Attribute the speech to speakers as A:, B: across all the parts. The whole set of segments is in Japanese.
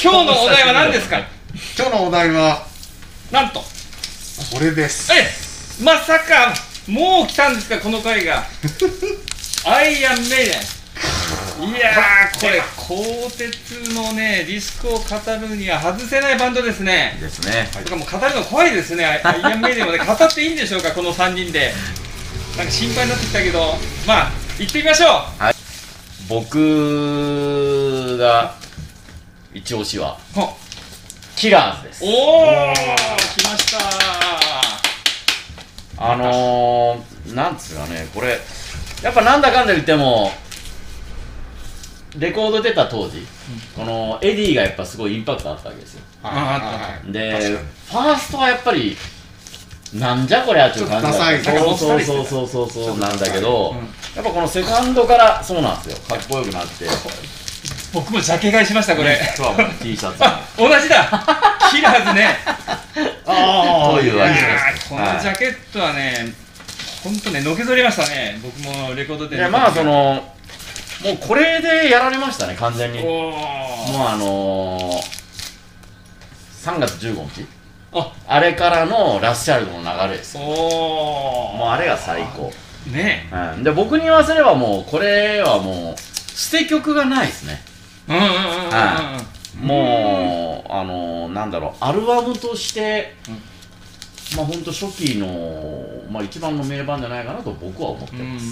A: 今日のお題は何ですか
B: 今日のお題は
A: なんと
B: これです
A: えまさかもう来たんですかこの回 がアイアンメイデンいやーこれ鋼鉄のねリスクを語るには外せないバンドですね
C: ですね。
A: だからもう語るの怖い ですねアイアンメイデンまで語っていいんでしょうかこの3人でなんか心配になってきたけどまあ行ってみましょう
C: 僕が一押しは
A: ほっ
C: キラーズです。
A: おお来ました
C: あのー、なんつうかね、これ、やっぱなんだかんだ言っても、レコード出た当時、このエディがやっぱすごいインパクトあったわけですよ。
B: は
C: で、
B: 確
C: フ
B: かに
C: ァーストはやっぱり、なんじゃこりゃっていう感じだ
B: ちょっとダサい
C: そうそうそうそうそうそうなんだけど、
A: うん
C: やっぱこのセカンドからそうなんですよ、かっこよくなって、
A: 僕もジャケ買いしましたこれ
C: 今日はもう T シャ ツ
A: あ同じ だキラーズね
C: あという
A: い
C: わ
A: や
C: けで
A: ー
C: す。
A: こ
C: は
A: の
C: い
A: ジャケットはね本当ねのけぞりましたね僕もレコードで
C: いやまあそのもうこれでやられましたね完全にもう
A: おー
C: あのー、3月15日
A: あ
C: あれからのラッシャルドの流れですよもう
A: お
C: あれが最高、
A: ーね
C: うん、で僕に言わせればもうこれはもう捨て曲がないですね
A: うんうんうんうんうん
C: はもうあのー、なんだろうアルバムとして、まあほんと初期の、まあ、一番の名盤じゃないかなと僕は思って
A: うんう
C: ま
A: ん
C: す、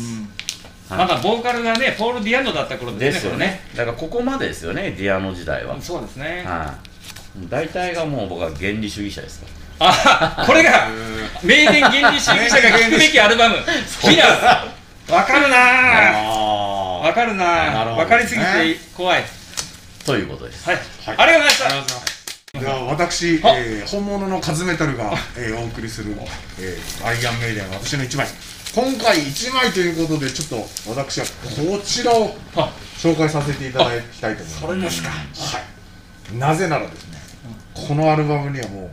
C: はい
A: まだボーカルがねポール・ディアンドだった頃
C: で
A: です
C: す
A: ね
C: よねだからここまでですよねディアノ時代
A: これ
C: は
A: ねそうですね
C: はい、大体がもう僕は原理主義者ですか
A: あこれが
B: い
A: 名言原理主義者が聞くべきアルバム「キラーズ」わかる
C: ら
A: な
C: あ
A: ーわかる
C: な
A: な
C: る
A: ー
C: ほど
A: わかりすぎて怖い
C: ということです
A: はい
B: はい
A: ありがとうございました
B: では私、
A: あ
B: えー本物のカズメタルが、えーお送りする、えーアイアンメイデン私の1枚今回1枚ということでちょっと私はこちらを
A: あ
B: 紹介させていただきたいと思います
A: これですか
B: はいなぜならですねこのアルバムにはもう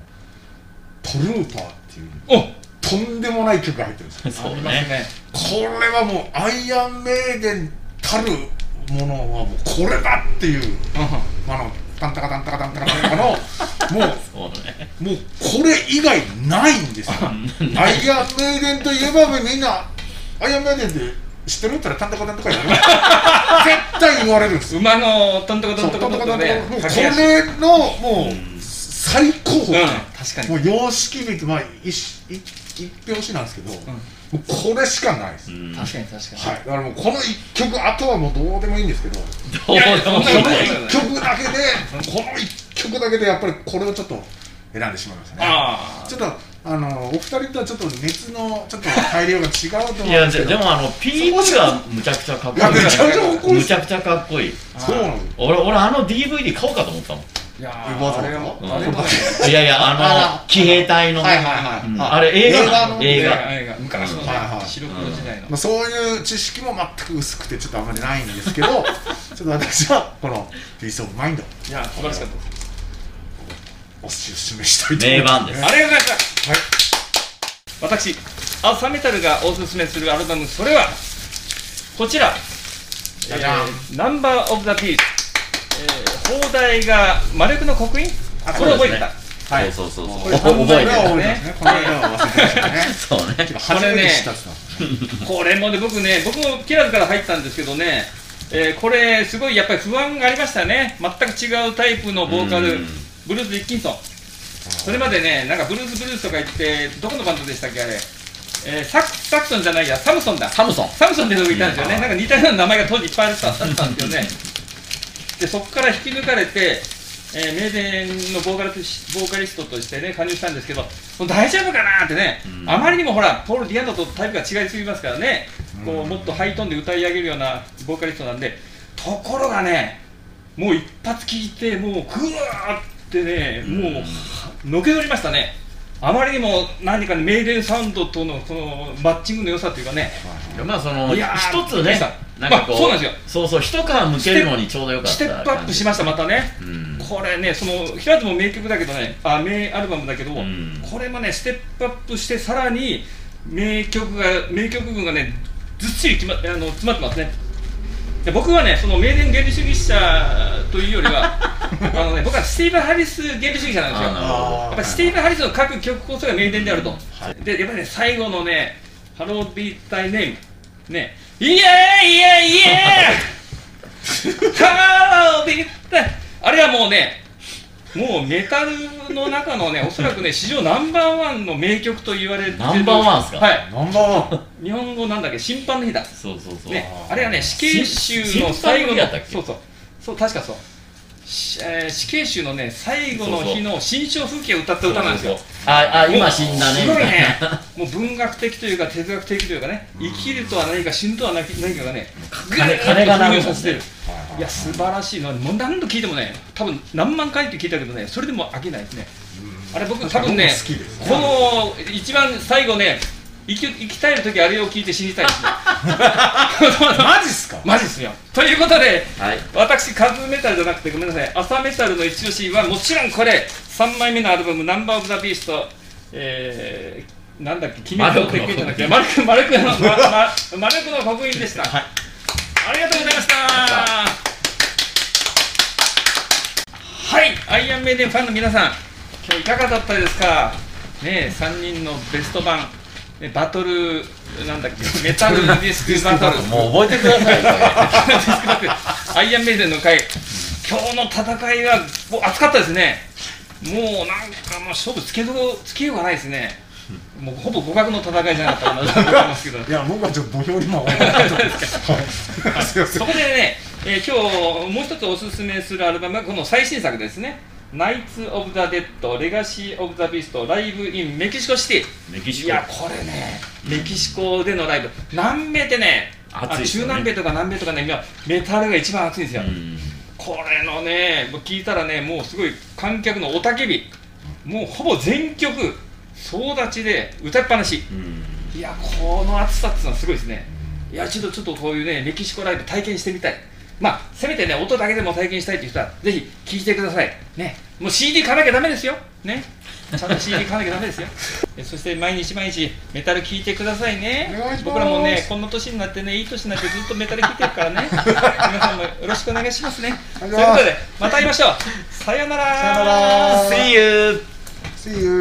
B: トルーパーっていう
A: お
B: とんでもない曲が入ってるんですよ
C: そう
A: あります
C: ね
B: これはもうアイアンメイデンたるものはもうこれだっていうあのタンタカタンタカタンタカタンタカのもう
C: そうね
B: もうこれ以外ないんですよ。アイアンメイデンといえばみんな、アイアンメイデンって知ってるって言ったら、タンタコタンタコやる絶対言われるんですよ。
A: 馬のとんとこと
B: そ
A: ん
B: う
A: と
B: タ
A: こ
B: ンタ
A: と
B: コ
A: ん
B: タ
A: と
B: ン
A: ね
B: タコ、もうこ
A: 駆け足
B: れのもう最高峰、
A: うん確かに
B: もう様式美って、まあ、一一一拍子なんですけど、もうこれしかないです。
C: うん
A: 確かに確かに、
B: はい、だからもうこの1曲あとはもうどうでもいいんですけどこ
C: どう
A: い
C: でも
A: やいやそんな
B: の
A: ことない
B: 1曲だけでこの1曲だけでやっぱりこれをちょっと選んでしまいましたね
A: ああ
B: ちょっとあのお二人とはちょっと熱のちょっと配量が違うと思うん
C: いや
B: です
C: で
B: けど
C: でもあの P がむちゃくちゃかっこいい
B: いやめちゃめちゃかっこいいっ
C: む
B: す
C: ちゃくちゃかっこいい
B: そうなの
C: 俺俺あの DVD 買おうかと思ったもん
A: いや
B: え
A: ー
B: わざわざ
A: あれも
C: うん
A: あれも
C: いやいやあ
B: あ
C: の
B: ら
C: 騎兵隊の、
B: はいはいはい
C: うん
B: あ
C: あれ映画
B: 映画の
C: 映
A: 映
C: 画
A: 画映画昔のね、
B: はいはい
A: 白黒時代の、
B: まあ、そういう知識も全く薄くてちょっとあんまりないんですけど ちょっと私はこの「ピース・オブ・マインド
A: いや素晴らしかったです」
B: お示ししたいと思い
C: 名
B: ます
C: 盤です
A: ありがとうございました、
B: はい
A: 私朝メタルがおすすめするアルバムそれはこちら
B: じゃじゃん
A: えーナンバーオブザピース、えー、放題が魔力の刻印あこれ覚えてた、
B: はい
C: そうそうそう
B: こ
C: そう
B: れ
C: 覚
B: これ
C: えて
B: は
C: る
B: 覚えてますねこれは忘れてましたね
C: そうね
B: 初めて知ったっすな
A: これもね、僕ね、僕もキラーズから入ったんですけどね、えーこれ、すごいやっぱり不安がありましたね、全く違うタイプのボーカ
C: う
A: ル
C: ん、
A: ブルース・ディッキンソン、それまでね、なんかブルース・ブルースとか言って、どこのバンドでしたっけ、あれ、えーサクサクソンじゃないや、サムソンだ、
C: サムソン
A: サムソンで僕いたんですよね、なんか似たような名前が当時いっぱいあったんですよね、でそこから引き抜かれて、えー、名電のボーカルとしボーカリストとしてね加入したんですけど、もう大丈夫かなってね、
C: うん
A: あまりにもほら、ポール・ディアンドとタイプが違いすぎますからね、こうもっとハイトーンで歌い上げるようなボーカリストなんで、ところがね、もう一発聴いて、もうぐわーってね、もうのけぞりましたね。あまりにも何かね名電サウンドとのこのマッチングの良さというかね、
C: いやまあその
A: いやー
C: 一つ
A: びっくり
C: ね
A: した
C: なんかこう、
A: まあそうなんですよ
C: そうそう一皮むけるのにちょうどよかった
A: ステップアップしました、またね。
C: たうん
A: これね、その平津も名曲だけどね、あ名アルバムだけど、
C: うん
A: これもね、ステップアップして、さらに名曲が名曲群がね、ずっしりきまあ の詰まってますね。で僕はね、その名電原理主義者というよりは、あのね、僕はスティーブン・ハリス原理主義者なんですよ
C: あなるほど
A: やっ
B: あ
A: ぱりスティーブン・ハリスの各曲こそが名伝であると、でやっぱりね最後のね「ハロー・ビー・タイ・ネーム」ね「イエーイイエーイイエ ーイハロー・ビー・タイ」あれはもうねもうメタルの中の ねおそらくね史上ナンバーワンの名曲と言われてる
C: ナンバーワンっすか
A: はい
B: ナンバーワン
A: 日本語なんだっけ審判の日だ
C: そうそうそう、
A: ね、
B: あー
A: あれはね死刑囚の
C: し審判
A: 最
C: の
A: 後
C: 日
A: の
C: やったっけ
A: そうそうそう確かそう、しえー死刑囚のね最後の
C: そうそう
A: 日の新潮風景を歌った歌なんですよ
C: そうそうそうああ今死んだね
A: すごい
C: みたい
A: ねもう文学的というか哲学的というかね生きるとは何か死ぬとは何かがねぐ
C: 金
A: ーっと
C: 金が
A: 流
C: 流
A: れ
C: れ
A: させてるいや
B: は
A: 素晴らしいのもう何度聞いてもね多分何万回って聞いたけどねそれでも飽きないですねあれ僕多分ね
B: 僕も好きです
A: この一番最後ね生き生き絶える時あれを聞いて死にたい ですね
B: マジっすか
A: マジっすよということで
C: はい
A: 私カズメタルじゃなくてごめんなさい朝メタルの一押しはもちろんこれ3枚目のアルバム「ナンバー・オブ・ザ・ビースト」えー、なんだっけ「君の
C: 魔力の
A: じゃなくて「マルクマル クの、まま、マルクの刻印」でした、ありがとうございましたはいアイアンメイデンファンの皆さん今日いかがだったですかねえ3人のベスト版ねバトルなんだっけメタルディスクバトル
C: もう覚えてくださいこ
A: ディスクバッ クアイアンメイデンの回、今日の戦いはもう熱かったですね、もうなんかもう勝負つけどつけようがないですね、もうほぼ互角の戦いじゃなかったかなと思います けど、
B: いや僕はちょっと土俵にも終わらないと思いますはいすいません
A: そこでね、えー今日もう一つおすすめするアルバムはこの最新作ですね、ナイツ・オブ・ザ・デッド、レガシー・オブ・ザ・ビースト、ライブ・イン・メキシコシティ。
C: れメキシ
A: い
C: コ
A: やこれねメキシコでのライブ南米ってねあ
C: 熱いです
A: 中
C: よね
A: 南米とか南米とかね今メタルが一番熱いんですよ、
C: うん
A: これのね、もう聞いたらね、もうすごい観客の雄たけび、もうほぼ全曲、総立ちで歌いっぱなし、
C: うん
A: いや、この暑さっていうのはすごいですね、いや、ちょっとちょっとこういうね、メキシコライブ体験してみたい、まあ、せめてね、音だけでも体験したいという人は、ぜひ聴いてください、ね、もう CD 買わなきゃだめですよ、ね、ちゃんと CD 買わなきゃだめですよ、えそして毎日毎日、メタル聴いてくださいね
B: お願いします、
A: 僕らもね、この年になってね、いい年になってずっとメタル聴いてるから ね、皆さんもよろしくお願いしますね。ということで、また会いましょう。さようなら。
B: さようなら
C: See you!
B: See you